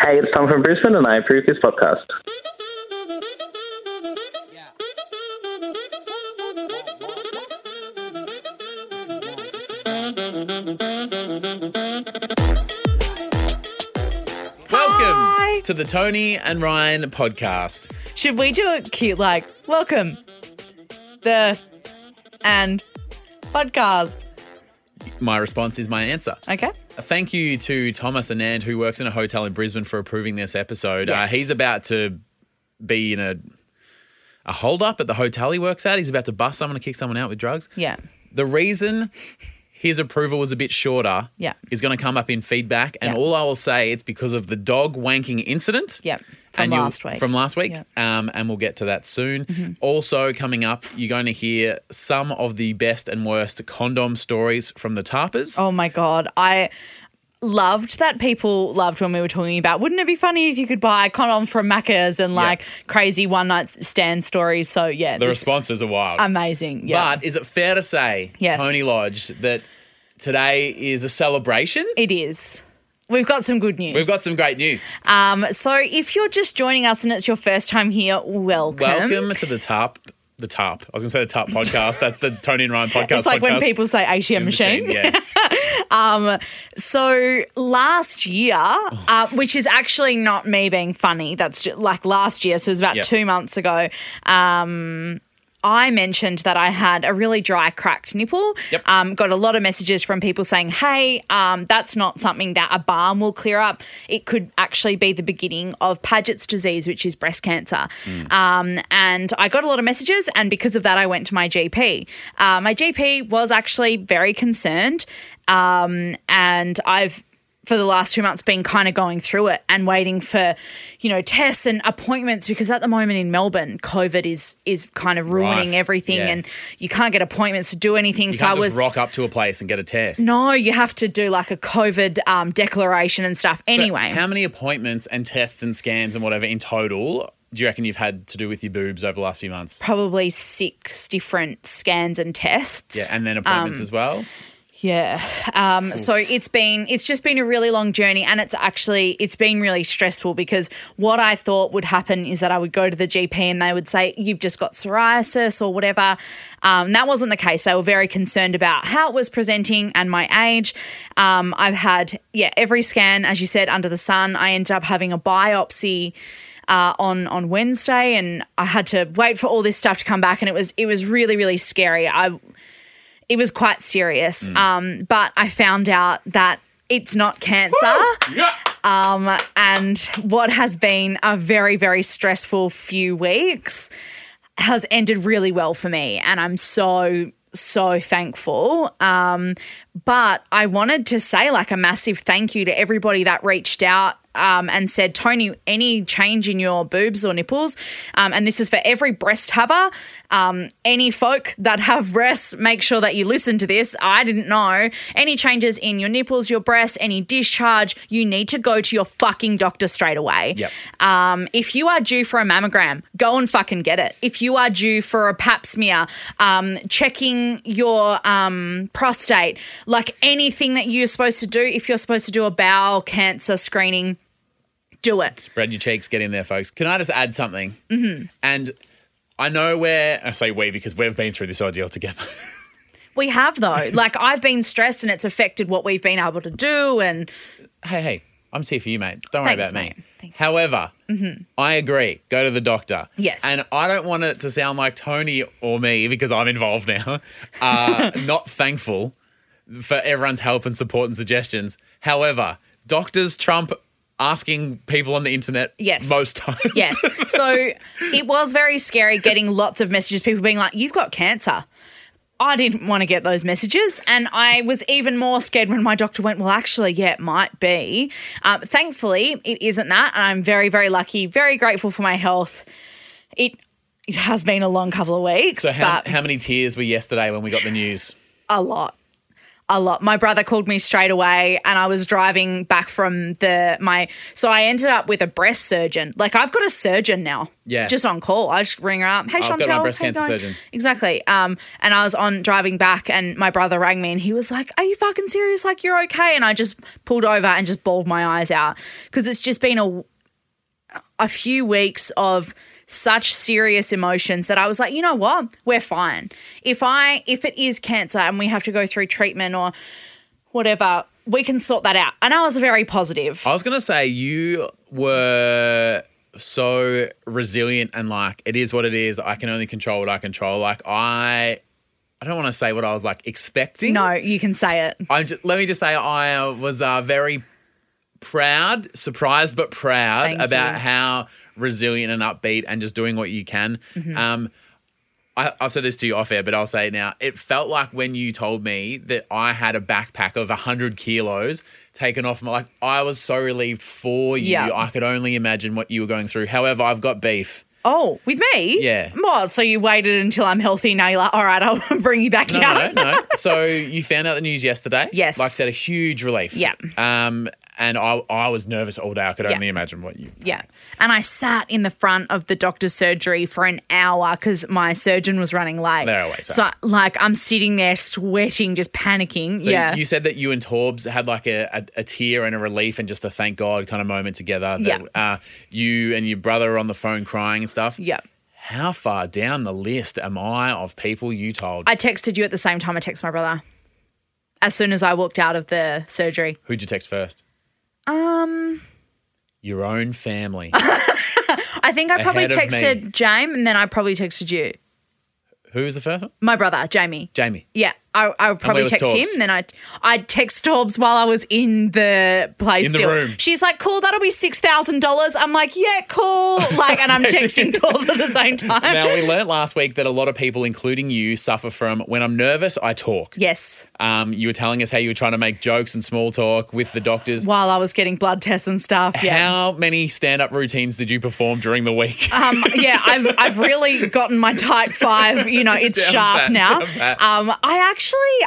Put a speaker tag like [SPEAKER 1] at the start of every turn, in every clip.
[SPEAKER 1] Hey, it's Tom from Brisbane, and I approve this podcast.
[SPEAKER 2] Welcome
[SPEAKER 3] Hi.
[SPEAKER 2] to the Tony and Ryan podcast.
[SPEAKER 3] Should we do a cute like welcome the and podcast?
[SPEAKER 2] My response is my answer.
[SPEAKER 3] Okay.
[SPEAKER 2] A thank you to Thomas Anand, who works in a hotel in Brisbane, for approving this episode.
[SPEAKER 3] Yes.
[SPEAKER 2] Uh, he's about to be in a a hold up at the hotel he works at. He's about to bust someone and kick someone out with drugs.
[SPEAKER 3] Yeah.
[SPEAKER 2] The reason his approval was a bit shorter
[SPEAKER 3] Yeah.
[SPEAKER 2] is going to come up in feedback. And
[SPEAKER 3] Yeah.
[SPEAKER 2] all I will say, it's because of the dog wanking incident.
[SPEAKER 3] Yeah. From
[SPEAKER 2] you'll-
[SPEAKER 3] last week.
[SPEAKER 2] From last week.
[SPEAKER 3] Yeah. Mm-hmm.
[SPEAKER 2] Um, and we'll get to that soon. Also, coming up, you're going to hear some of the best and worst condom stories from the Tarpers.
[SPEAKER 3] Oh my god. I loved that people loved when we were talking about wouldn't it be funny if you could buy condom from Macca's and like crazy one night stand stories. So yeah.
[SPEAKER 2] the
[SPEAKER 3] it's
[SPEAKER 2] responses are wild.
[SPEAKER 3] amazing. Yeah.
[SPEAKER 2] But is it fair to say,
[SPEAKER 3] Yes.
[SPEAKER 2] Tony Lodge, that today is a celebration?
[SPEAKER 3] it is. We've got some good news.
[SPEAKER 2] We've got some great news.
[SPEAKER 3] um, so if you're just joining us and it's your first time here, welcome.
[SPEAKER 2] Welcome to the top. The top. I was going to say the top podcast. That's the Tony and Ryan podcast.
[SPEAKER 3] It's like
[SPEAKER 2] podcast.
[SPEAKER 3] when people say ATM machine.
[SPEAKER 2] Yeah.
[SPEAKER 3] So last year, uh, which is actually not me being funny, that's just, like last year, so it was about
[SPEAKER 2] Yep.
[SPEAKER 3] two months ago. Um, I mentioned that I had a really dry, cracked nipple.
[SPEAKER 2] Yep.
[SPEAKER 3] Um, got a lot of messages from people saying, "Hey, um, that's not something that a balm will clear up. It could actually be the beginning of Paget's disease, which is breast cancer." Um, and I got a lot of messages, and because of that, I went to my GP. Uh, my GP was actually very concerned um, and I've for the last two months been kind of going through it and waiting for you know tests and appointments because at the moment in Melbourne COVID is is kind of ruining
[SPEAKER 2] Rife,
[SPEAKER 3] everything
[SPEAKER 2] yeah.
[SPEAKER 3] and you can't get appointments to do anything
[SPEAKER 2] You
[SPEAKER 3] so
[SPEAKER 2] can't
[SPEAKER 3] I
[SPEAKER 2] just
[SPEAKER 3] was
[SPEAKER 2] rock up to a place and get a test.
[SPEAKER 3] no you have to do like a COVID um, declaration and stuff
[SPEAKER 2] But
[SPEAKER 3] anyway
[SPEAKER 2] how many appointments and tests and scans and whatever in total do you reckon you've had to do with your boobs over the last few months?
[SPEAKER 3] probably six different scans and tests
[SPEAKER 2] Yeah, and then appointments as well.
[SPEAKER 3] Yeah. Um, so it's been it's just been a really long journey, and it's actually it's been really stressful because what I thought would happen is that I would go to the GP and they would say you've just got psoriasis or whatever. Um, that wasn't the case. They were very concerned about how it was presenting and my age. Um, I've had yeah every scan as you said under the sun. I ended up having a biopsy uh, on on Wednesday, and I had to wait for all this stuff to come back, and it was it was really really scary. I it was quite serious, um, but I found out that it's not cancer. Um,
[SPEAKER 2] Yeah.
[SPEAKER 3] And what has been a very, very stressful few weeks has ended really well for me. And I'm so, so thankful. Um, but I wanted to say like a massive thank you to everybody that reached out. Um, and said, Tony, any change in your boobs or nipples, um, and this is for every breast haver, um, any folk that have breasts, make sure that you listen to this. I didn't know. Any changes in your nipples, your breasts, any discharge, you need to go to your fucking doctor straight away.
[SPEAKER 2] Yep.
[SPEAKER 3] Um, if you are due for a mammogram, go and fucking get it. If you are due for a pap smear, um, checking your um, prostate, like anything that you're supposed to do, if you're supposed to do a bowel cancer screening, do it.
[SPEAKER 2] Spread your cheeks, get in there, folks. Can I just add something? Mm-hmm. And I know where I say we because we've been through this ordeal together.
[SPEAKER 3] We have though. Like I've been stressed and it's affected what we've been able to do and
[SPEAKER 2] hey, hey, I'm just here for you, mate. Don't worry
[SPEAKER 3] Thanks,
[SPEAKER 2] about me.
[SPEAKER 3] mate. Thank you. Mm-hmm.
[SPEAKER 2] However, I agree. Go to the doctor.
[SPEAKER 3] Yes.
[SPEAKER 2] And I don't want it to sound like Tony or me because I'm involved now. Uh, not thankful for everyone's help and support and suggestions. However, doctors trump asking people on the internet.
[SPEAKER 3] Yes.
[SPEAKER 2] Most times.
[SPEAKER 3] Yes. So it was very scary getting lots of messages, people being like, You've got cancer. I didn't want to get those messages. And I was even more scared when my doctor went, Well, actually, yeah, it might be. Um, thankfully, it isn't that. And I'm very, very lucky, very grateful for my health. It it has been a long couple of weeks,
[SPEAKER 2] So how,
[SPEAKER 3] but
[SPEAKER 2] how many tears were yesterday when we got the news?
[SPEAKER 3] a lot. a lot. My brother called me straight away and I was driving back from the my so I ended up with a breast surgeon. Like I've got a surgeon now.
[SPEAKER 2] Yeah.
[SPEAKER 3] Just on call. I just ring her up. Hey
[SPEAKER 2] I've
[SPEAKER 3] Chantel.
[SPEAKER 2] got my breast
[SPEAKER 3] how you
[SPEAKER 2] cancer
[SPEAKER 3] going?"
[SPEAKER 2] surgeon.
[SPEAKER 3] Exactly. Um and I was on driving back and my brother rang me and he was like, Are you fucking serious? Like you're okay? And I just pulled over and just bawled my eyes out. Cause it's just been a a few weeks of such serious emotions that I was like, you know what? We're fine. If I if it is cancer and we have to go through treatment or whatever, we can sort that out. And I was very positive.
[SPEAKER 2] I was gonna say you were so resilient and like it is what it is. I can only control what I control. Like I, I don't want to say what I was like expecting.
[SPEAKER 3] No, you can say it.
[SPEAKER 2] I'm just, let me just say I uh, was uh, very proud, surprised but proud
[SPEAKER 3] Thank
[SPEAKER 2] about
[SPEAKER 3] you.
[SPEAKER 2] how resilient and upbeat and just doing what you can.
[SPEAKER 3] Mm-hmm.
[SPEAKER 2] Um, I, I've said this to you off air, but I'll say it now. It felt like when you told me that I had a backpack of 100 kilos taken off my, like, I was so relieved for you.
[SPEAKER 3] Yeah.
[SPEAKER 2] I could only imagine what you were going through. However, I've got beef.
[SPEAKER 3] Oh, with me?
[SPEAKER 2] Yeah.
[SPEAKER 3] Well, so you waited until I'm healthy now you're like, all right, I'll bring you back
[SPEAKER 2] No,
[SPEAKER 3] down.
[SPEAKER 2] no, no. So you found out the news yesterday.
[SPEAKER 3] Yes.
[SPEAKER 2] like I said, a huge relief.
[SPEAKER 3] Yeah.
[SPEAKER 2] Um, and I, I was nervous all day. I could
[SPEAKER 3] Yeah.
[SPEAKER 2] only imagine what you.
[SPEAKER 3] Yeah. And I sat in the front of the doctor's surgery for an hour because my surgeon was running late.
[SPEAKER 2] There always
[SPEAKER 3] So, like, I'm sitting there sweating, just panicking.
[SPEAKER 2] So
[SPEAKER 3] yeah.
[SPEAKER 2] You said that you and Torbs had like a, a, a tear and a relief and just a thank God kind of moment together. That, Uh, you and your brother were on the phone crying and stuff.
[SPEAKER 3] yeah.
[SPEAKER 2] How far down the list am I of people you told?
[SPEAKER 3] I texted you at the same time I texted my brother. As soon as I walked out of the surgery.
[SPEAKER 2] Who'd you text first?
[SPEAKER 3] Um
[SPEAKER 2] Your own family.
[SPEAKER 3] I think I probably
[SPEAKER 2] Ahead of me.
[SPEAKER 3] texted James and then I probably texted you.
[SPEAKER 2] Who was the first one?
[SPEAKER 3] My brother, Jamie.
[SPEAKER 2] Jamie.
[SPEAKER 3] Yeah. I, I would probably
[SPEAKER 2] was
[SPEAKER 3] text him
[SPEAKER 2] Torbs?
[SPEAKER 3] and then I I text Torbs while I was in the place
[SPEAKER 2] In the
[SPEAKER 3] still.
[SPEAKER 2] room.
[SPEAKER 3] She's like, cool, that'll be six thousand dollars. I'm like, yeah, cool. Like and I'm texting Torbs at the same time.
[SPEAKER 2] Now, we learnt last week that a lot of people, including you, suffer from when I'm nervous, I talk.
[SPEAKER 3] yes.
[SPEAKER 2] Um, you were telling us how you were trying to make jokes and small talk with the doctors.
[SPEAKER 3] While I was getting blood tests and stuff. Yeah.
[SPEAKER 2] How many stand up routines did you perform during the week?
[SPEAKER 3] Um, yeah, I've I've really gotten my type five. You know, it's
[SPEAKER 2] Down
[SPEAKER 3] sharp
[SPEAKER 2] pat,
[SPEAKER 3] now.
[SPEAKER 2] down pat.
[SPEAKER 3] Um, I actually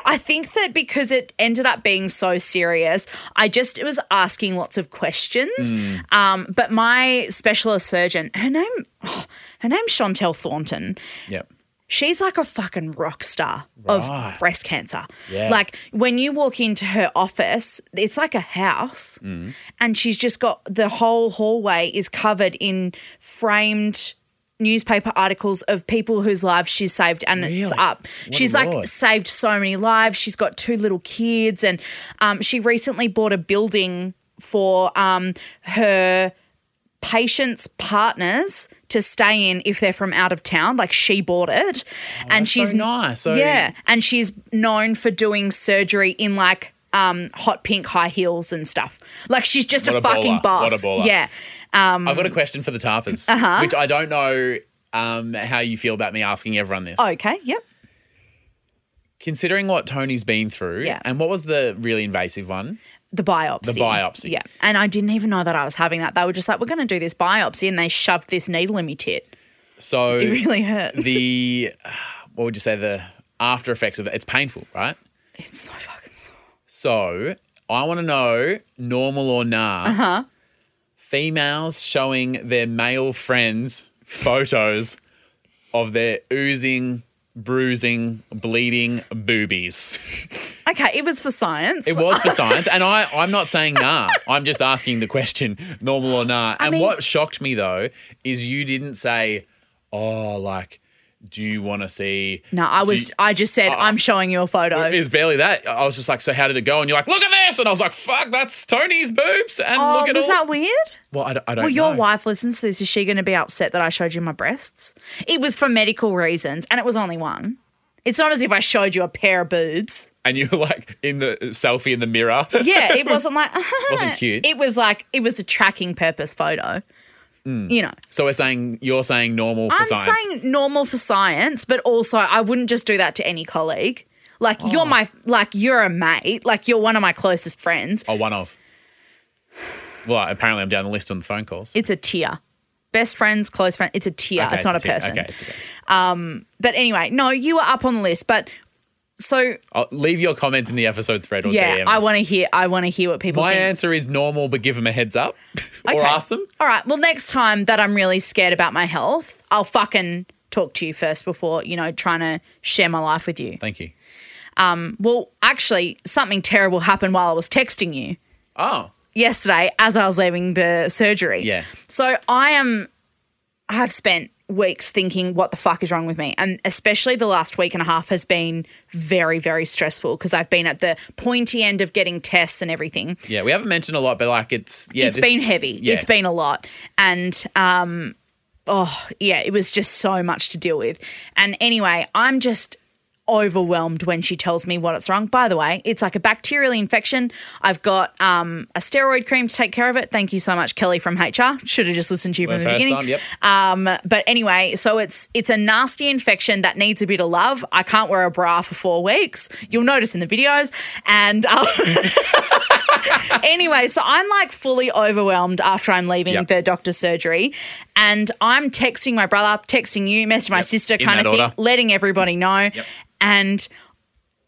[SPEAKER 3] I think that because it ended up being so serious, I just was asking lots of questions.
[SPEAKER 2] Hmm.
[SPEAKER 3] Um, but my specialist surgeon, her name, oh, her name's Chantel Thornton
[SPEAKER 2] yep.
[SPEAKER 3] she's like a fucking rock star
[SPEAKER 2] Right.
[SPEAKER 3] of breast cancer.
[SPEAKER 2] Yeah.
[SPEAKER 3] Like when you walk into her office, it's like a house,
[SPEAKER 2] Mm.
[SPEAKER 3] and she's just got the whole hallway is covered in framed newspaper articles of people whose lives she's saved and it's
[SPEAKER 2] Really?
[SPEAKER 3] up
[SPEAKER 2] What a
[SPEAKER 3] she's like
[SPEAKER 2] lord.
[SPEAKER 3] saved so many lives she's got two little kids and um, she recently bought a building for um, her patients' partners to stay in if they're from out of town. Like she bought it, and she's
[SPEAKER 2] Oh, so nice. So-
[SPEAKER 3] yeah, and she's known for doing surgery in like um, hot pink high heels and stuff. Like she's just
[SPEAKER 2] What
[SPEAKER 3] a,
[SPEAKER 2] a
[SPEAKER 3] fucking
[SPEAKER 2] baller. What
[SPEAKER 3] boss.
[SPEAKER 2] a baller.
[SPEAKER 3] Yeah,
[SPEAKER 2] I've got a question for the Tarpers,
[SPEAKER 3] Uh-huh.
[SPEAKER 2] which I don't know um, how you feel about me asking everyone this.
[SPEAKER 3] okay, yep.
[SPEAKER 2] Considering what Tony's been through,
[SPEAKER 3] Yeah.
[SPEAKER 2] and what was the really invasive one?
[SPEAKER 3] The biopsy.
[SPEAKER 2] The biopsy.
[SPEAKER 3] Yeah. And I didn't even know that I was having that. They were just like, we're going to do this biopsy. And they shoved this needle in my tit.
[SPEAKER 2] So
[SPEAKER 3] It really hurt.
[SPEAKER 2] the what would you say the after effects of it? It's painful, right?
[SPEAKER 3] It's so fucking sore.
[SPEAKER 2] So I want to know, normal or nah,
[SPEAKER 3] Uh-huh.
[SPEAKER 2] females showing their male friends photos of their oozing, bruising, bleeding boobies.
[SPEAKER 3] Okay, it was for science.
[SPEAKER 2] It was for science, and I, I'm not saying nah. I'm just asking the question, normal or nah. And
[SPEAKER 3] mean-
[SPEAKER 2] what shocked me though is you didn't say, oh, like, do you want to see?
[SPEAKER 3] no, I
[SPEAKER 2] do
[SPEAKER 3] was.
[SPEAKER 2] you- Oh.
[SPEAKER 3] I just said I'm showing you a photo.
[SPEAKER 2] it was barely that. I was just like, so how did it go? And you're like, look at this, and I was like, fuck, that's Tony's boobs, and
[SPEAKER 3] oh,
[SPEAKER 2] look at
[SPEAKER 3] was
[SPEAKER 2] all.
[SPEAKER 3] that weird?
[SPEAKER 2] Well, I, d- I don't.
[SPEAKER 3] Well, your
[SPEAKER 2] know.
[SPEAKER 3] wife listens to this. Is she going to be upset that I showed you my breasts? It was for medical reasons, and it was only one. It's not as if I showed you a pair of boobs.
[SPEAKER 2] and you were like in the selfie in the mirror.
[SPEAKER 3] Yeah, it wasn't like
[SPEAKER 2] Wasn't cute.
[SPEAKER 3] It was like it was a tracking purpose photo. You know,
[SPEAKER 2] so we're saying you're saying normal for
[SPEAKER 3] I'm
[SPEAKER 2] Hmm. science.
[SPEAKER 3] saying normal for science, but also I wouldn't just do that to any colleague. Like
[SPEAKER 2] Oh.
[SPEAKER 3] you're my like you're a mate, like you're one of my closest friends.
[SPEAKER 2] oh, one of. Well, apparently I'm down the list on the phone calls.
[SPEAKER 3] It's a tier. Best friends, close friends. It's a tier.
[SPEAKER 2] Okay,
[SPEAKER 3] it's not a
[SPEAKER 2] tick.
[SPEAKER 3] person.
[SPEAKER 2] Okay, it's okay.
[SPEAKER 3] But anyway, no, you were up on the list, but So
[SPEAKER 2] I'll leave your comments in the episode thread or
[SPEAKER 3] yeah,
[SPEAKER 2] DM.
[SPEAKER 3] I
[SPEAKER 2] us.
[SPEAKER 3] want to hear. I want to hear what people.
[SPEAKER 2] My
[SPEAKER 3] think.
[SPEAKER 2] answer is normal, but give them a heads up or
[SPEAKER 3] Okay.
[SPEAKER 2] ask them.
[SPEAKER 3] All right. Well, next time that I'm really scared about my health, I'll fucking talk to you first before you know trying to share my life with you.
[SPEAKER 2] Thank you.
[SPEAKER 3] Well, actually, something terrible happened while I was texting you.
[SPEAKER 2] Oh,
[SPEAKER 3] yesterday as I was leaving the surgery.
[SPEAKER 2] Yeah.
[SPEAKER 3] So I am, I have spent weeks thinking what the fuck is wrong with me. And especially the last week and a half has been very, very stressful because I've been at the pointy end of getting tests and everything.
[SPEAKER 2] yeah. We haven't mentioned a lot, but like it's yeah.
[SPEAKER 3] It's
[SPEAKER 2] this-
[SPEAKER 3] been heavy.
[SPEAKER 2] yeah.
[SPEAKER 3] It's been a lot. And um oh yeah, it was just so much to deal with. And anyway, I'm just overwhelmed when she tells me what it's wrong. By the way, it's like a bacterial infection. I've got um a steroid cream to take care of it. Thank you so much, Kelly from HR. Should have just listened to you
[SPEAKER 2] the
[SPEAKER 3] from the,
[SPEAKER 2] first
[SPEAKER 3] beginning.
[SPEAKER 2] time. Yep.
[SPEAKER 3] Um, but anyway, so it's it's a nasty infection that needs a bit of love. I can't wear a bra for four weeks. You'll notice in the videos. And um, anyway, so I'm like fully overwhelmed after I'm leaving
[SPEAKER 2] Yep.
[SPEAKER 3] the doctor's surgery, and I'm texting my brother, texting you, messaging my sister,
[SPEAKER 2] In
[SPEAKER 3] kind of
[SPEAKER 2] that
[SPEAKER 3] thing,
[SPEAKER 2] order.
[SPEAKER 3] letting everybody know. And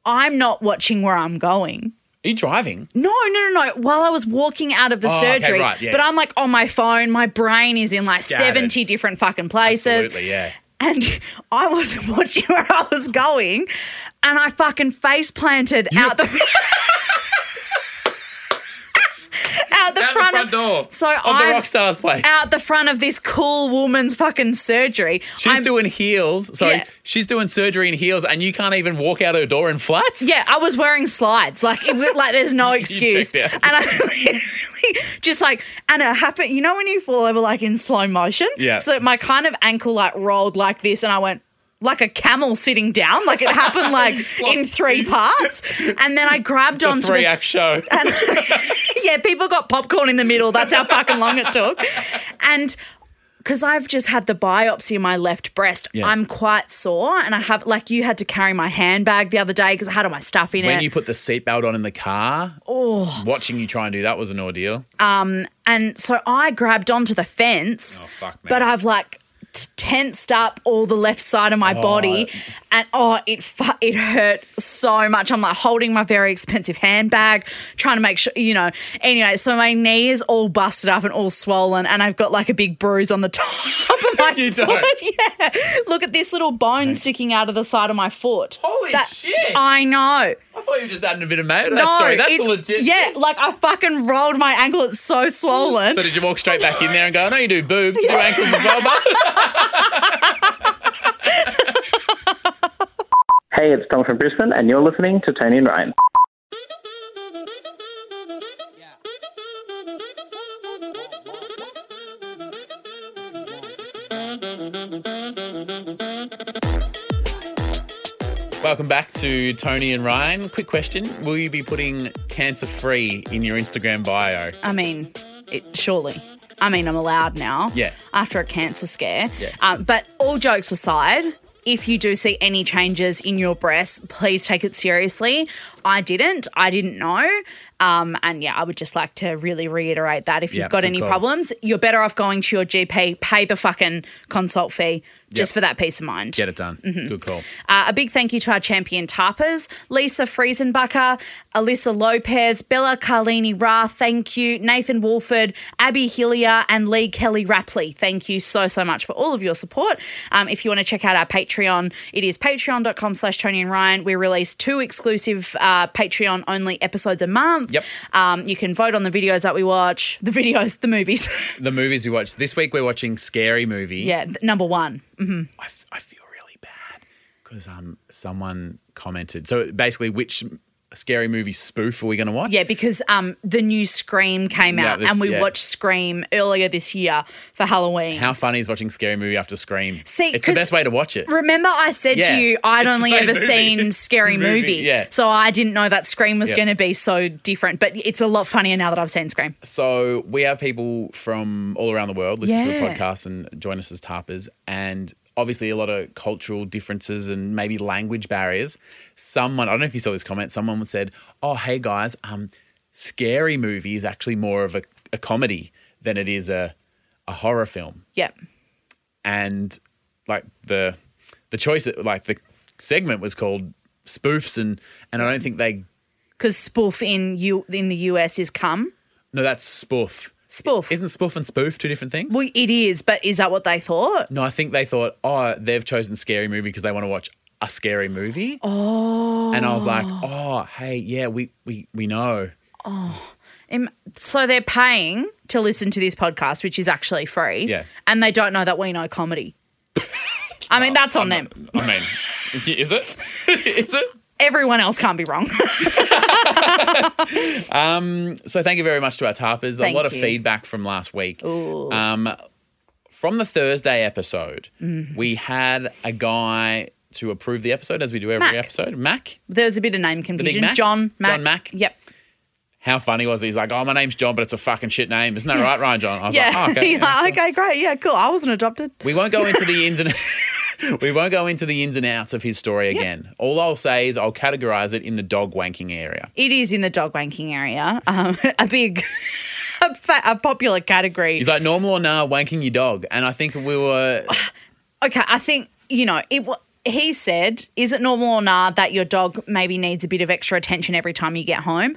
[SPEAKER 3] I'm not watching where I'm going.
[SPEAKER 2] Are you driving?
[SPEAKER 3] No, no, no, no. While I was walking out of the
[SPEAKER 2] Oh, okay,
[SPEAKER 3] surgery,
[SPEAKER 2] right, yeah.
[SPEAKER 3] but I'm like on my phone. My brain is in like
[SPEAKER 2] Scattered.
[SPEAKER 3] 70 different fucking places.
[SPEAKER 2] Absolutely. Yeah.
[SPEAKER 3] And I wasn't watching where I was going. And I fucking face planted out the. out the,
[SPEAKER 2] Out
[SPEAKER 3] front,
[SPEAKER 2] the front
[SPEAKER 3] of,
[SPEAKER 2] door
[SPEAKER 3] So
[SPEAKER 2] of
[SPEAKER 3] I'm
[SPEAKER 2] the Rockstar's place.
[SPEAKER 3] out the front of this cool woman's fucking surgery.
[SPEAKER 2] She's
[SPEAKER 3] I'm-
[SPEAKER 2] doing heels. Sorry,
[SPEAKER 3] Yeah.
[SPEAKER 2] she's doing surgery in heels, and you can't even walk out her door in flats.
[SPEAKER 3] Yeah, I was wearing slides. Like, it, was- like there's no excuse.
[SPEAKER 2] checked
[SPEAKER 3] And
[SPEAKER 2] out.
[SPEAKER 3] I literally just like, and it happened. You know when you fall over like in slow motion?
[SPEAKER 2] Yeah.
[SPEAKER 3] So my kind of ankle like rolled like this, and I went like a camel sitting down. Like it happened like in three parts, and then I grabbed
[SPEAKER 2] The
[SPEAKER 3] onto
[SPEAKER 2] three
[SPEAKER 3] the
[SPEAKER 2] act show.
[SPEAKER 3] yeah, people got popcorn in the middle. That's how fucking long it took. And because I've just had the biopsy in my left breast,
[SPEAKER 2] Yeah.
[SPEAKER 3] I'm quite sore. And I have, like, you had to carry my handbag the other day because I had all my stuff in
[SPEAKER 2] when
[SPEAKER 3] it.
[SPEAKER 2] you put the seatbelt on in the car,
[SPEAKER 3] Oh.
[SPEAKER 2] watching you try and do that was an ordeal.
[SPEAKER 3] Uh, and so I grabbed onto the fence,
[SPEAKER 2] Oh, fuck, man.
[SPEAKER 3] but I've, like, t- tensed up all the left side of my
[SPEAKER 2] Oh,
[SPEAKER 3] body and oh it fu- it hurt so much i'm like holding my very expensive handbag trying to make sure you know anyway so my knee is all busted up and all swollen and i've got like a big bruise on the top of my
[SPEAKER 2] You
[SPEAKER 3] foot
[SPEAKER 2] don't.
[SPEAKER 3] yeah look at this little bone sticking out of the side of my foot
[SPEAKER 2] Holy shit.
[SPEAKER 3] i know
[SPEAKER 2] I thought you were just adding a bit of mayo to that story. That's the
[SPEAKER 3] uh, it's-
[SPEAKER 2] legit.
[SPEAKER 3] yeah like i fucking rolled my ankle it's so swollen
[SPEAKER 2] So did you walk straight back in there and go, no, you do boobs, you do ankles as well, but
[SPEAKER 1] Hey, it's Tom from Brisbane, and you're listening to Tony and Ryan.
[SPEAKER 2] Welcome back to Tony and Ryan. Quick question. Will you be putting cancer free in your Instagram bio?
[SPEAKER 3] I mean, it, surely. I mean, I'm allowed now.
[SPEAKER 2] Yeah.
[SPEAKER 3] After a cancer scare.
[SPEAKER 2] Yeah.
[SPEAKER 3] Um, but all jokes aside, if you do see any changes in your breast, please take it seriously. I didn't. I didn't know. Um, and yeah, I would just like to really reiterate that if
[SPEAKER 2] Yeah,
[SPEAKER 3] you've got
[SPEAKER 2] good
[SPEAKER 3] any
[SPEAKER 2] call.
[SPEAKER 3] problems, you're better off going to your GP, pay the fucking consult fee just
[SPEAKER 2] Yep.
[SPEAKER 3] for that peace of mind.
[SPEAKER 2] Get it done. Good call.
[SPEAKER 3] Uh, a big thank you to our champion tarpers, Lisa Friesenbacher, Alyssa Lopez, Bella Carlini Ra, thank you, Nathan Wolford, Abby Hillier, and Lee Kelly Rapley. Thank you so, so much for all of your support. Um, if you want to check out our Patreon, it is patreon.com slash Tony and Ryan. We release two exclusive uh, Patreon only episodes a month.
[SPEAKER 2] Yep.
[SPEAKER 3] Um, you can vote on the videos that we watch, the videos, the movies.
[SPEAKER 2] The movies we watched. This week we're watching Scary Movie.
[SPEAKER 3] yeah, th- number one.
[SPEAKER 2] I, f- I feel really bad because um someone commented. So basically, which scary movie spoof are we going to watch?
[SPEAKER 3] Yeah, because um, the new Scream came
[SPEAKER 2] Yeah,
[SPEAKER 3] out,
[SPEAKER 2] this-
[SPEAKER 3] and we
[SPEAKER 2] yeah.
[SPEAKER 3] watched Scream earlier this year for Halloween.
[SPEAKER 2] How funny is watching scary movie after Scream?
[SPEAKER 3] See,
[SPEAKER 2] it's the
[SPEAKER 3] 'cause-
[SPEAKER 2] best way to watch it.
[SPEAKER 3] Remember, I said
[SPEAKER 2] Yeah,
[SPEAKER 3] to you, I'd
[SPEAKER 2] it's the
[SPEAKER 3] only
[SPEAKER 2] same
[SPEAKER 3] ever
[SPEAKER 2] movie.
[SPEAKER 3] seen Scary
[SPEAKER 2] Movie,
[SPEAKER 3] Movie,
[SPEAKER 2] yeah.
[SPEAKER 3] so I didn't know that Scream was
[SPEAKER 2] Yeah.
[SPEAKER 3] going to be so different. But it's a lot funnier now that I've seen Scream.
[SPEAKER 2] So we have people from all around the world listen to the
[SPEAKER 3] Yeah.
[SPEAKER 2] podcast and join us as tarpers, and obviously a lot of cultural differences and maybe language barriers. Someone, I don't know if you saw this comment. Someone said, "Oh, hey guys, um, scary movie is actually more of a, a comedy than it is a a horror film."
[SPEAKER 3] Yeah,
[SPEAKER 2] and like the the choice like the segment was called spoofs and and I don't think they
[SPEAKER 3] because spoof in you in the US is cum.
[SPEAKER 2] no that's spoof.
[SPEAKER 3] Spoof.
[SPEAKER 2] Isn't spoof and spoof two different things?
[SPEAKER 3] well, it is, but is that what they thought?
[SPEAKER 2] No, I think they thought, oh, they've chosen scary movie because they want to watch a scary movie. Oh. And I was like, oh, hey, yeah, we we we know.
[SPEAKER 3] Im- So they're paying to listen to this podcast, which is actually free.
[SPEAKER 2] Yeah.
[SPEAKER 3] And they don't know that we know comedy. I mean, that's on them.
[SPEAKER 2] I mean, is it? is it?
[SPEAKER 3] Everyone else can't be wrong.
[SPEAKER 2] So thank you very much to our tarpers.
[SPEAKER 3] Thank
[SPEAKER 2] a lot of
[SPEAKER 3] you.
[SPEAKER 2] feedback from last week. Um, from the Thursday episode,
[SPEAKER 3] Mm-hmm.
[SPEAKER 2] we had a guy to approve the episode as we do every
[SPEAKER 3] Mac.
[SPEAKER 2] episode. Mac,
[SPEAKER 3] There's a bit of name confusion.
[SPEAKER 2] Mac?
[SPEAKER 3] John Mac.
[SPEAKER 2] John Mac?
[SPEAKER 3] Yep.
[SPEAKER 2] how funny was he? He's like, oh, my name's John, but it's a fucking shit name. Isn't that right, Ryan John? I was
[SPEAKER 3] Yeah.
[SPEAKER 2] like, oh, okay.
[SPEAKER 3] You're
[SPEAKER 2] yeah.
[SPEAKER 3] like, okay, great. Yeah, cool. I wasn't adopted.
[SPEAKER 2] We won't go into the ins and we won't go into the ins and outs of his story again. All I'll say is I'll categorize it in the dog wanking area.
[SPEAKER 3] It is in the dog wanking area. Um, a big, a, fa- a popular category.
[SPEAKER 2] He's like normal or nah, wanking your dog, and I think we were
[SPEAKER 3] okay, I think you know it. wa- He said, "Is it normal or nah that your dog maybe needs a bit of extra attention every time you get home?"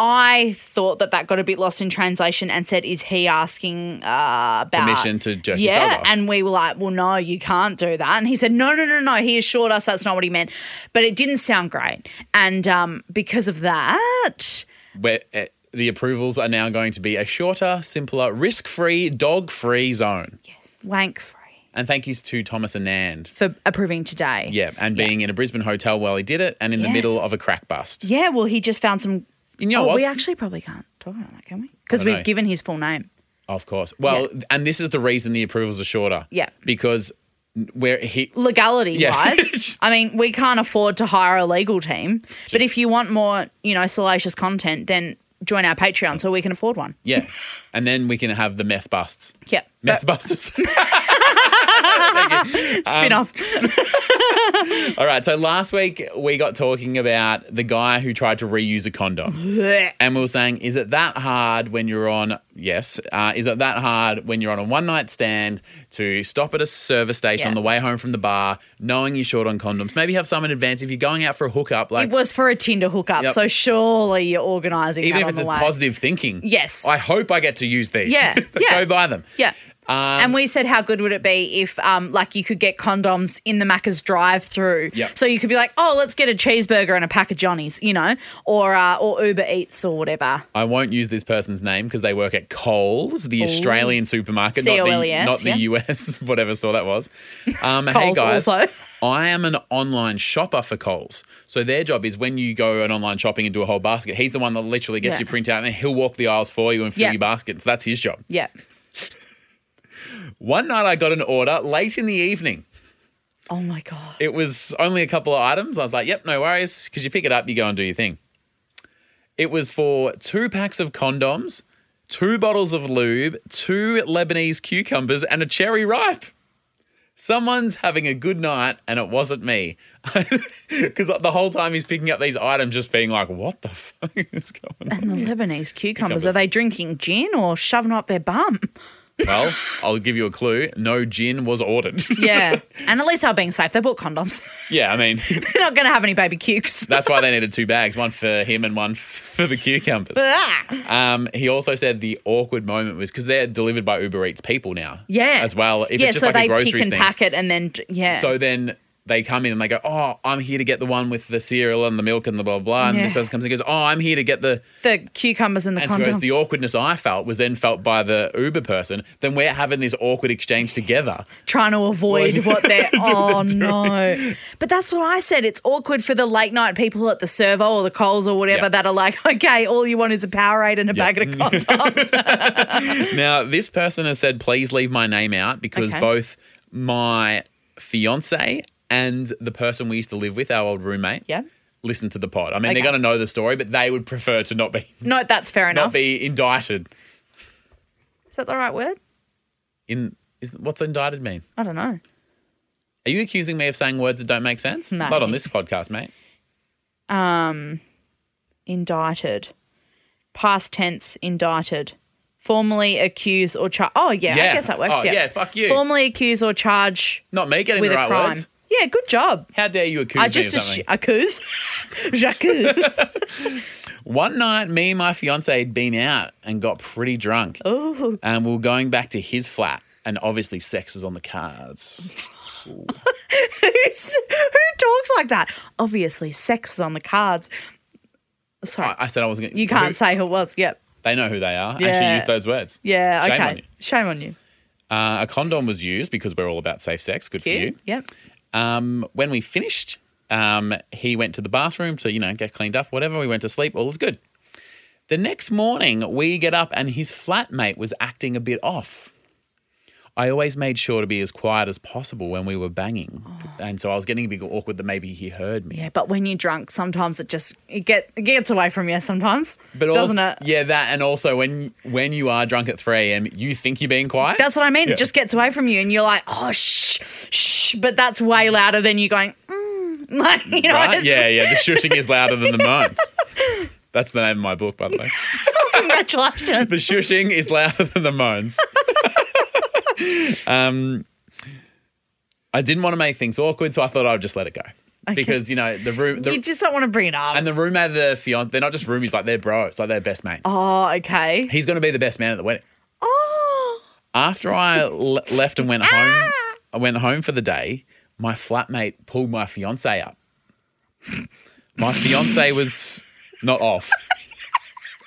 [SPEAKER 3] I thought that that got a bit lost in translation and said, "Is he asking uh, about
[SPEAKER 2] Permission to jerk his
[SPEAKER 3] Yeah,
[SPEAKER 2] dog off.
[SPEAKER 3] and we were like, "Well, no, you can't do that." And he said, "No, no, no, no." He assured us that's not what he meant, but it didn't sound great, and um, because of that,
[SPEAKER 2] where uh, the approvals are now going to be a shorter, simpler, risk-free, dog-free zone.
[SPEAKER 3] wank free
[SPEAKER 2] And thank yous to Thomas and Nand.
[SPEAKER 3] for approving today.
[SPEAKER 2] Yeah, and being in a Brisbane hotel while he did it, and in the
[SPEAKER 3] Yes.
[SPEAKER 2] middle of a crack bust.
[SPEAKER 3] Yeah, well, he just found some.
[SPEAKER 2] You know
[SPEAKER 3] oh,
[SPEAKER 2] what?
[SPEAKER 3] we actually probably can't talk about that, can we? Because
[SPEAKER 2] I
[SPEAKER 3] we've
[SPEAKER 2] know.
[SPEAKER 3] given his full name.
[SPEAKER 2] Of course. Well, and this is the reason the approvals are shorter.
[SPEAKER 3] Yeah.
[SPEAKER 2] because where he
[SPEAKER 3] Legality
[SPEAKER 2] Yeah.
[SPEAKER 3] wise, I mean, we can't afford to hire a legal team. But if you want more, you know, salacious content, then join our Patreon so we can afford one.
[SPEAKER 2] yeah, and then we can have the meth busts.
[SPEAKER 3] Yeah.
[SPEAKER 2] Meth busters. Um,
[SPEAKER 3] But spin off.
[SPEAKER 2] All right. So last week we got talking about the guy who tried to reuse a condom. And we were saying, is it that hard when you're on, yes, uh, is it that hard when you're on a one night stand to stop at a service station
[SPEAKER 3] Yeah.
[SPEAKER 2] on the way home from the bar, knowing you're short on condoms? Maybe have some in advance if you're going out for a hookup, like
[SPEAKER 3] it was for a Tinder hookup,
[SPEAKER 2] Yep.
[SPEAKER 3] so surely you're organising
[SPEAKER 2] even
[SPEAKER 3] that
[SPEAKER 2] if
[SPEAKER 3] on
[SPEAKER 2] it's
[SPEAKER 3] the
[SPEAKER 2] a
[SPEAKER 3] way.
[SPEAKER 2] positive thinking.
[SPEAKER 3] Yes.
[SPEAKER 2] I hope I get to use these.
[SPEAKER 3] Yeah, yeah.
[SPEAKER 2] Go buy them.
[SPEAKER 3] yeah.
[SPEAKER 2] Um,
[SPEAKER 3] and we said, how good would it be if, um, like, you could get condoms in the Macca's drive-through?
[SPEAKER 2] Yep.
[SPEAKER 3] So you could be like, oh, let's get a cheeseburger and a pack of Johnnies, you know, or uh, or Uber Eats or whatever.
[SPEAKER 2] I won't use this person's name because they work at Coles,
[SPEAKER 3] Oh.
[SPEAKER 2] the Australian supermarket, not the,
[SPEAKER 3] C-O-L-E-S,
[SPEAKER 2] not the
[SPEAKER 3] E yeah.
[SPEAKER 2] US, whatever store that was. Um, hey
[SPEAKER 3] Coles
[SPEAKER 2] guys,
[SPEAKER 3] also.
[SPEAKER 2] I am an online shopper for Coles. So their job is when you go and online shopping and do a whole basket, he's the one that literally gets
[SPEAKER 3] Yeah.
[SPEAKER 2] your print out and he'll walk the aisles for you and fill
[SPEAKER 3] Yeah.
[SPEAKER 2] your basket. So that's his job.
[SPEAKER 3] Yeah.
[SPEAKER 2] One night I got an order late in the evening.
[SPEAKER 3] Oh my god.
[SPEAKER 2] It was only a couple of items. I was like, yep, no worries. Because you pick it up, you go and do your thing. It was for two packs of condoms, two bottles of lube, two Lebanese cucumbers, and a cherry ripe. Someone's having a good night, and it wasn't me. Because the whole time he's picking up these items, just being like, what the fuck is going on?
[SPEAKER 3] And the Lebanese cucumbers,
[SPEAKER 2] Cucumbers.
[SPEAKER 3] are they drinking gin or shoving up their bum?
[SPEAKER 2] well, I'll give you a clue no gin was ordered.
[SPEAKER 3] Yeah. and at least they're being safe. They bought condoms.
[SPEAKER 2] yeah, I mean,
[SPEAKER 3] They're not going to have any baby cukes.
[SPEAKER 2] that's why they needed two bags one for him and one for the cucumbers.
[SPEAKER 3] Ah.
[SPEAKER 2] Um, he also said the awkward moment was because they're delivered by Uber Eats people now.
[SPEAKER 3] yeah.
[SPEAKER 2] As well. If
[SPEAKER 3] yeah,
[SPEAKER 2] it's just
[SPEAKER 3] so
[SPEAKER 2] like
[SPEAKER 3] they
[SPEAKER 2] a groceries
[SPEAKER 3] pick and
[SPEAKER 2] thing.
[SPEAKER 3] pack it and then, d- yeah.
[SPEAKER 2] So then they come in and they go, Oh, I'm here to get the one with the cereal and the milk and the blah blah. And this
[SPEAKER 3] Yeah.
[SPEAKER 2] person comes in and goes, Oh, I'm here to get the
[SPEAKER 3] the cucumbers and the
[SPEAKER 2] and so
[SPEAKER 3] condoms.
[SPEAKER 2] whereas the awkwardness I felt was then felt by the Uber person, then we're having this awkward exchange together.
[SPEAKER 3] trying to avoid
[SPEAKER 2] Avoid.
[SPEAKER 3] what they're. Oh no! But that's what I said. It's awkward for the late night people at the servo or the Coles or whatever
[SPEAKER 2] Yeah.
[SPEAKER 3] that are like, okay, all you want is a Powerade and a
[SPEAKER 2] Yeah.
[SPEAKER 3] bag of condoms.
[SPEAKER 2] Now, this person has said, please leave my name out because
[SPEAKER 3] Okay.
[SPEAKER 2] both my fiance and the person we used to live with, our old roommate,
[SPEAKER 3] Yeah.
[SPEAKER 2] listen to the pod. I mean,
[SPEAKER 3] Okay.
[SPEAKER 2] they're going to know the story, but they would prefer to not be
[SPEAKER 3] no, that's fair
[SPEAKER 2] not
[SPEAKER 3] enough.
[SPEAKER 2] be indicted.
[SPEAKER 3] Is that the right word?
[SPEAKER 2] In is what's indicted mean?
[SPEAKER 3] I don't know.
[SPEAKER 2] Are you accusing me of saying words that don't make sense?
[SPEAKER 3] No.
[SPEAKER 2] Not on this podcast, mate.
[SPEAKER 3] Indicted, past tense, indicted. Formally accuse or charge. Oh yeah, I
[SPEAKER 2] Yeah.
[SPEAKER 3] guess that works.
[SPEAKER 2] Oh, yeah, fuck you.
[SPEAKER 3] Formally accuse or charge
[SPEAKER 2] Not me getting
[SPEAKER 3] with
[SPEAKER 2] the
[SPEAKER 3] a
[SPEAKER 2] right
[SPEAKER 3] crime.
[SPEAKER 2] words.
[SPEAKER 3] Yeah, good job.
[SPEAKER 2] How dare you accuse
[SPEAKER 3] I
[SPEAKER 2] me of
[SPEAKER 3] just
[SPEAKER 2] something?
[SPEAKER 3] assu- accuse, j'accuse.
[SPEAKER 2] One night, me and my fiance had been out and got pretty drunk.
[SPEAKER 3] Ooh.
[SPEAKER 2] And we were going back to his flat, and obviously, sex was on the cards.
[SPEAKER 3] Who's- who talks like that? Obviously, sex is on the cards. Sorry,
[SPEAKER 2] I, I said I wasn't gonna.
[SPEAKER 3] you can't
[SPEAKER 2] who-
[SPEAKER 3] say who it was. Yep.
[SPEAKER 2] They know who they are, and she
[SPEAKER 3] Yeah.
[SPEAKER 2] used those words.
[SPEAKER 3] Yeah.
[SPEAKER 2] Shame
[SPEAKER 3] okay.
[SPEAKER 2] on you.
[SPEAKER 3] Shame on you.
[SPEAKER 2] Uh, a condom was used because we're all about safe sex. Good for you.
[SPEAKER 3] Yep.
[SPEAKER 2] Um, when we finished, um, he went to the bathroom to, you know, get cleaned up, whatever. We went to sleep. All was good. The next morning, we get up and his flatmate was acting a bit off. I always made sure to be as quiet as possible when we were banging. And so I was getting a bit awkward that maybe he heard me.
[SPEAKER 3] Oh. Yeah, but when you're drunk, sometimes it just it get it gets away from you. Sometimes,
[SPEAKER 2] But
[SPEAKER 3] doesn't
[SPEAKER 2] also,
[SPEAKER 3] it?
[SPEAKER 2] Yeah, that. And also, when when you are drunk at 3 a.m., you think you're being quiet.
[SPEAKER 3] That's what I mean.
[SPEAKER 2] Yeah.
[SPEAKER 3] It just gets away from you, and you're like, oh shh, shh. But that's way louder than you going. Mm. Like you know, I
[SPEAKER 2] right?
[SPEAKER 3] just,
[SPEAKER 2] Yeah, yeah. The shushing is louder than the moans. That's the name of my book, by the way.
[SPEAKER 3] congratulations.
[SPEAKER 2] The shushing is louder than the moans. um, I didn't want to make things awkward, so I thought I would just let it go.
[SPEAKER 3] Okay.
[SPEAKER 2] Because, you know, the room. The,
[SPEAKER 3] you just don't want to bring it up.
[SPEAKER 2] and the roommate, of the fiance, they're not just roomies, like they're bros, like they're best mates.
[SPEAKER 3] oh, okay.
[SPEAKER 2] He's going to be the best man at the wedding.
[SPEAKER 3] Oh,
[SPEAKER 2] After I le- left
[SPEAKER 3] Ah!
[SPEAKER 2] and went home, I went home for the day. My flatmate pulled my fiance up. My fiance was not off.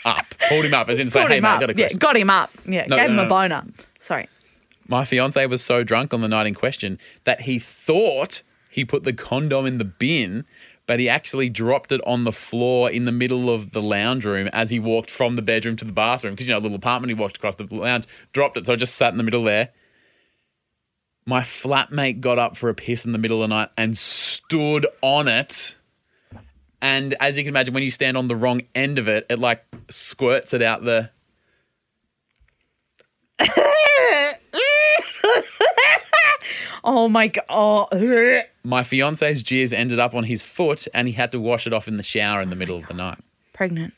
[SPEAKER 2] Up, pulled him up, as in to say,
[SPEAKER 3] pulled
[SPEAKER 2] "Hey,
[SPEAKER 3] him
[SPEAKER 2] mate,
[SPEAKER 3] up.
[SPEAKER 2] I got a
[SPEAKER 3] yeah,
[SPEAKER 2] question."
[SPEAKER 3] got him up. Yeah,
[SPEAKER 2] No,
[SPEAKER 3] gave
[SPEAKER 2] no,
[SPEAKER 3] him
[SPEAKER 2] no,
[SPEAKER 3] a boner. Sorry.
[SPEAKER 2] My fiance was so drunk on the night in question that he thought he put the condom in the bin, but he actually dropped it on the floor in the middle of the lounge room as he walked from the bedroom to the bathroom. Because, you know, a little apartment, he walked across the lounge, dropped it. So I just sat in the middle there. My flatmate got up for a piss in the middle of the night and stood on it. And as you can imagine, when you stand on the wrong end of it, it like squirts it out the.
[SPEAKER 3] Oh my god. Oh.
[SPEAKER 2] My fiance's jeers ended up on his foot and he had to wash it off in the shower in the middle of the night.
[SPEAKER 3] Pregnant.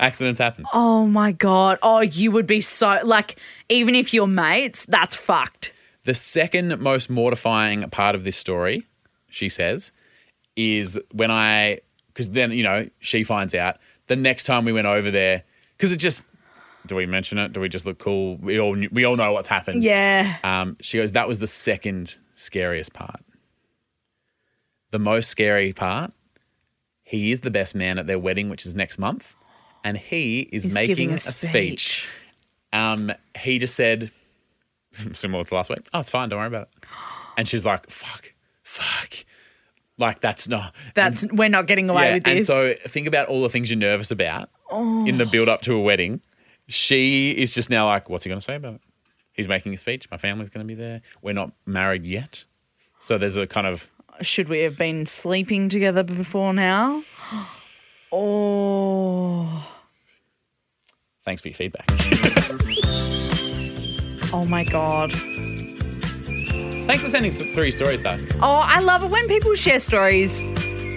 [SPEAKER 2] Accidents happen.
[SPEAKER 3] Oh my god. Oh, you would be so like even if you're mates, that's fucked.
[SPEAKER 2] The second most mortifying part of this story, she says, is when I, because then, you know, she finds out the next time we went over there, because it just, do we mention it? Do we just look cool? We all, knew, we all know what's happened.
[SPEAKER 3] Yeah.
[SPEAKER 2] Um, she goes, that was the second scariest part. The most scary part, he is the best man at their wedding, which is next month, and he is
[SPEAKER 3] He's
[SPEAKER 2] making
[SPEAKER 3] giving
[SPEAKER 2] a speech. Um, he just said, similar to last week, oh, it's fine, don't worry about it. And she's like, fuck, fuck. Like, that's not.
[SPEAKER 3] That's we're not getting away with
[SPEAKER 2] and
[SPEAKER 3] this. Oh.
[SPEAKER 2] so think about all the things you're nervous about in the build up to a wedding. She is just now like, what's he going to say about it? He's making a speech. My family's going to be there. We're not married yet. So there's a kind of
[SPEAKER 3] Should we have been sleeping together before now? Oh.
[SPEAKER 2] thanks for your feedback.
[SPEAKER 3] Oh my god.
[SPEAKER 2] thanks for sending th- three stories, though.
[SPEAKER 3] Oh, I love it when people share stories.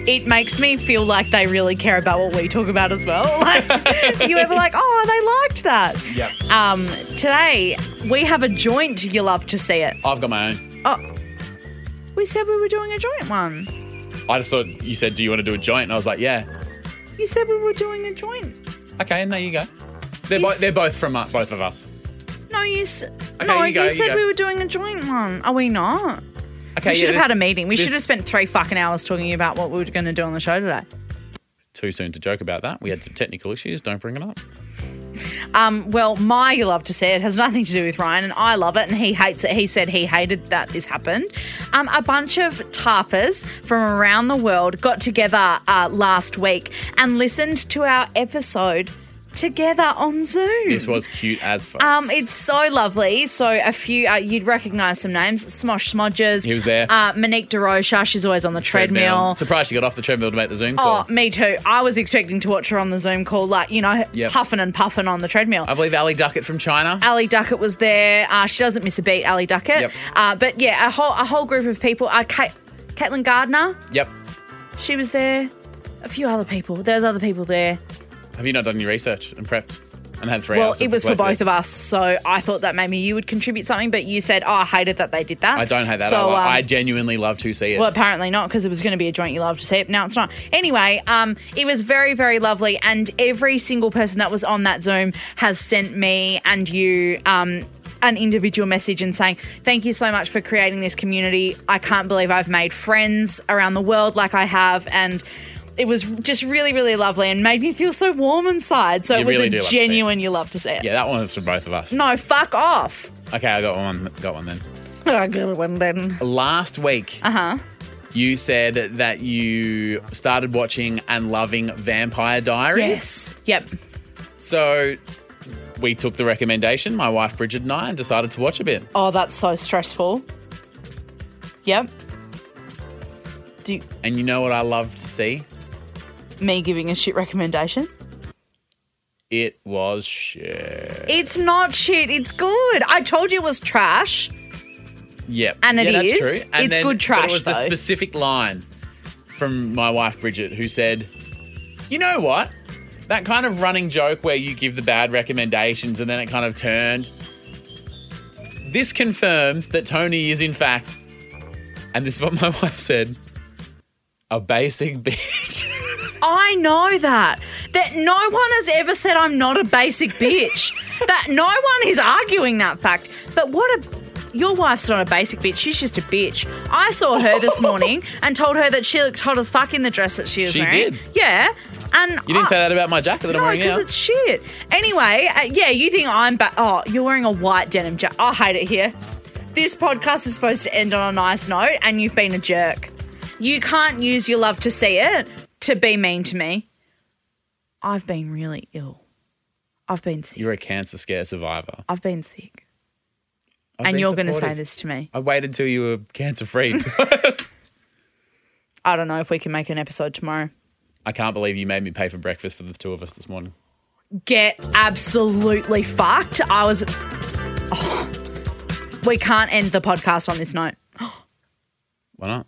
[SPEAKER 3] It makes me feel like they really care about what we talk about as well. Like you ever like, oh, they liked that.
[SPEAKER 2] Yeah.
[SPEAKER 3] Um, today we have a joint. You love to see it.
[SPEAKER 2] I've got my own.
[SPEAKER 3] Oh, we said we were doing a joint one.
[SPEAKER 2] I just thought you said, do you want to do a joint? And I was like, yeah.
[SPEAKER 3] You said we were doing a joint.
[SPEAKER 2] Okay, and there you go. They're,
[SPEAKER 3] You
[SPEAKER 2] bo-
[SPEAKER 3] s-
[SPEAKER 2] they're both from uh, both of us.
[SPEAKER 3] No, you. S- no,
[SPEAKER 2] you
[SPEAKER 3] you,
[SPEAKER 2] go, you
[SPEAKER 3] said
[SPEAKER 2] go.
[SPEAKER 3] we were doing a joint one. Are we not?
[SPEAKER 2] Okay,
[SPEAKER 3] we should
[SPEAKER 2] yeah,
[SPEAKER 3] have had
[SPEAKER 2] this-
[SPEAKER 3] a meeting. We
[SPEAKER 2] this-
[SPEAKER 3] should have spent three fucking hours talking about what we were going to do on the show today.
[SPEAKER 2] Too soon to joke about that. We had some technical issues. Don't bring it up.
[SPEAKER 3] Um, well, my you love to see it has nothing to do with Ryan, and I love it, and he hates it. He said he hated that this happened. Um, a bunch of tarpers from around the world got together uh, last week and listened to our episode together on Zoom.
[SPEAKER 2] This was cute as fuck.
[SPEAKER 3] Um, it's so lovely. So a few uh, you'd recognise some names: Smosh Smodges.
[SPEAKER 2] He was there.
[SPEAKER 3] Uh, Monique DeRocha. She's always on the treadmill.
[SPEAKER 2] Surprised she got off the treadmill to make the Zoom
[SPEAKER 3] Oh,
[SPEAKER 2] call.
[SPEAKER 3] me too. I was expecting to watch her on the Zoom call, like you know,
[SPEAKER 2] Yep.
[SPEAKER 3] puffing and puffing on the treadmill.
[SPEAKER 2] I believe Ali Duckett from China.
[SPEAKER 3] Ali Duckett was there. Uh, she doesn't miss a beat, Ali Duckett.
[SPEAKER 2] Yep.
[SPEAKER 3] Uh, but yeah, a whole a whole group of people. Uh, Kate, Caitlin Gardner,
[SPEAKER 2] yep.
[SPEAKER 3] she was there. A few other people. There's other people there.
[SPEAKER 2] Have you not done your research and prepped? and had three
[SPEAKER 3] Well,
[SPEAKER 2] hours.
[SPEAKER 3] it was for both of
[SPEAKER 2] us.
[SPEAKER 3] us, so I thought that maybe you would contribute something, but you said, "Oh, I hated that they did that."
[SPEAKER 2] I don't hate that.
[SPEAKER 3] So,
[SPEAKER 2] I,
[SPEAKER 3] um,
[SPEAKER 2] I genuinely love to see it.
[SPEAKER 3] Well, apparently not because it was going to be a joint you love to see it. Now it's not. Anyway, um, it was very, very lovely, and every single person that was on that Zoom has sent me and you. Um, an individual message and saying, Thank you so much for creating this community. I can't believe I've made friends around the world like I have. And it was just really, really lovely and made me feel so warm inside. So
[SPEAKER 2] You
[SPEAKER 3] it was
[SPEAKER 2] really do
[SPEAKER 3] a
[SPEAKER 2] love to see it.
[SPEAKER 3] genuine, you love to see it.
[SPEAKER 2] yeah, that one was for both of us.
[SPEAKER 3] No, fuck off.
[SPEAKER 2] Okay, I got one. Got one then.
[SPEAKER 3] Oh, good one then.
[SPEAKER 2] Last week, uh
[SPEAKER 3] Uh-huh.
[SPEAKER 2] huh, you said that you started watching and loving Vampire Diaries.
[SPEAKER 3] Yes. Yep.
[SPEAKER 2] So we took the recommendation, my wife Bridget and I, and decided to watch a bit.
[SPEAKER 3] Oh, that's so stressful. Yep. Do you-
[SPEAKER 2] And you know what I love to see?
[SPEAKER 3] me giving a shit recommendation?
[SPEAKER 2] It was shit.
[SPEAKER 3] It's not shit. It's good. I told you it was trash.
[SPEAKER 2] Yep.
[SPEAKER 3] And
[SPEAKER 2] it
[SPEAKER 3] it
[SPEAKER 2] is.
[SPEAKER 3] is. It's good trash,
[SPEAKER 2] It was
[SPEAKER 3] though.
[SPEAKER 2] the specific line from my wife Bridget who said, "You know what? That kind of running joke where you give the bad recommendations and then it kind of turned. This confirms that Tony is in fact, and this is what my wife said, a basic bitch."
[SPEAKER 3] I know that. That no one has ever said I'm not a basic bitch. that no one is arguing that fact. But what a. Your wife's not a basic bitch. She's just a bitch. I saw her this morning and told her that she looked hot as fuck in the dress that she was
[SPEAKER 2] She
[SPEAKER 3] wearing.
[SPEAKER 2] did.
[SPEAKER 3] Yeah. And
[SPEAKER 2] You didn't
[SPEAKER 3] I-
[SPEAKER 2] say that about my jacket that I'm
[SPEAKER 3] No,
[SPEAKER 2] wearing
[SPEAKER 3] because
[SPEAKER 2] now.
[SPEAKER 3] it's shit. Anyway, uh, yeah, you think I'm ba- oh, you're wearing a white denim jacket. I hate it here. This podcast is supposed to end on a nice note, and you've been a jerk. You can't use your love to see it to be mean to me. I've been really ill. I've been sick.
[SPEAKER 2] You're a cancer scare survivor.
[SPEAKER 3] I've been sick,
[SPEAKER 2] I've
[SPEAKER 3] and
[SPEAKER 2] been
[SPEAKER 3] you're going to say
[SPEAKER 2] supportive.
[SPEAKER 3] this to me.
[SPEAKER 2] I waited until you were cancer free.
[SPEAKER 3] I don't know if we can make an episode tomorrow.
[SPEAKER 2] I can't believe you made me pay for breakfast for the two of us this morning.
[SPEAKER 3] get absolutely fucked. I was. Oh. we can't end the podcast on this note.
[SPEAKER 2] Why not?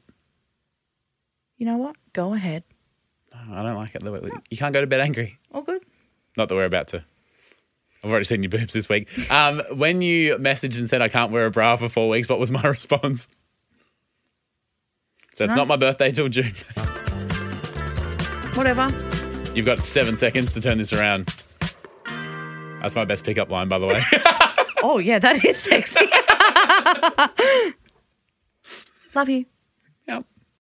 [SPEAKER 3] You know what? Go ahead.
[SPEAKER 2] I don't like it. The way You can't go to bed angry.
[SPEAKER 3] All good.
[SPEAKER 2] Not that we're about to. I've already seen your boobs this week. Um, when you messaged and said I can't wear a bra for four weeks, what was my response? So it's
[SPEAKER 3] No.
[SPEAKER 2] not my birthday till June.
[SPEAKER 3] Whatever.
[SPEAKER 2] You've got seven seconds to turn this around. That's my best pickup line, by the way.
[SPEAKER 3] Oh, yeah, that is sexy. Love you.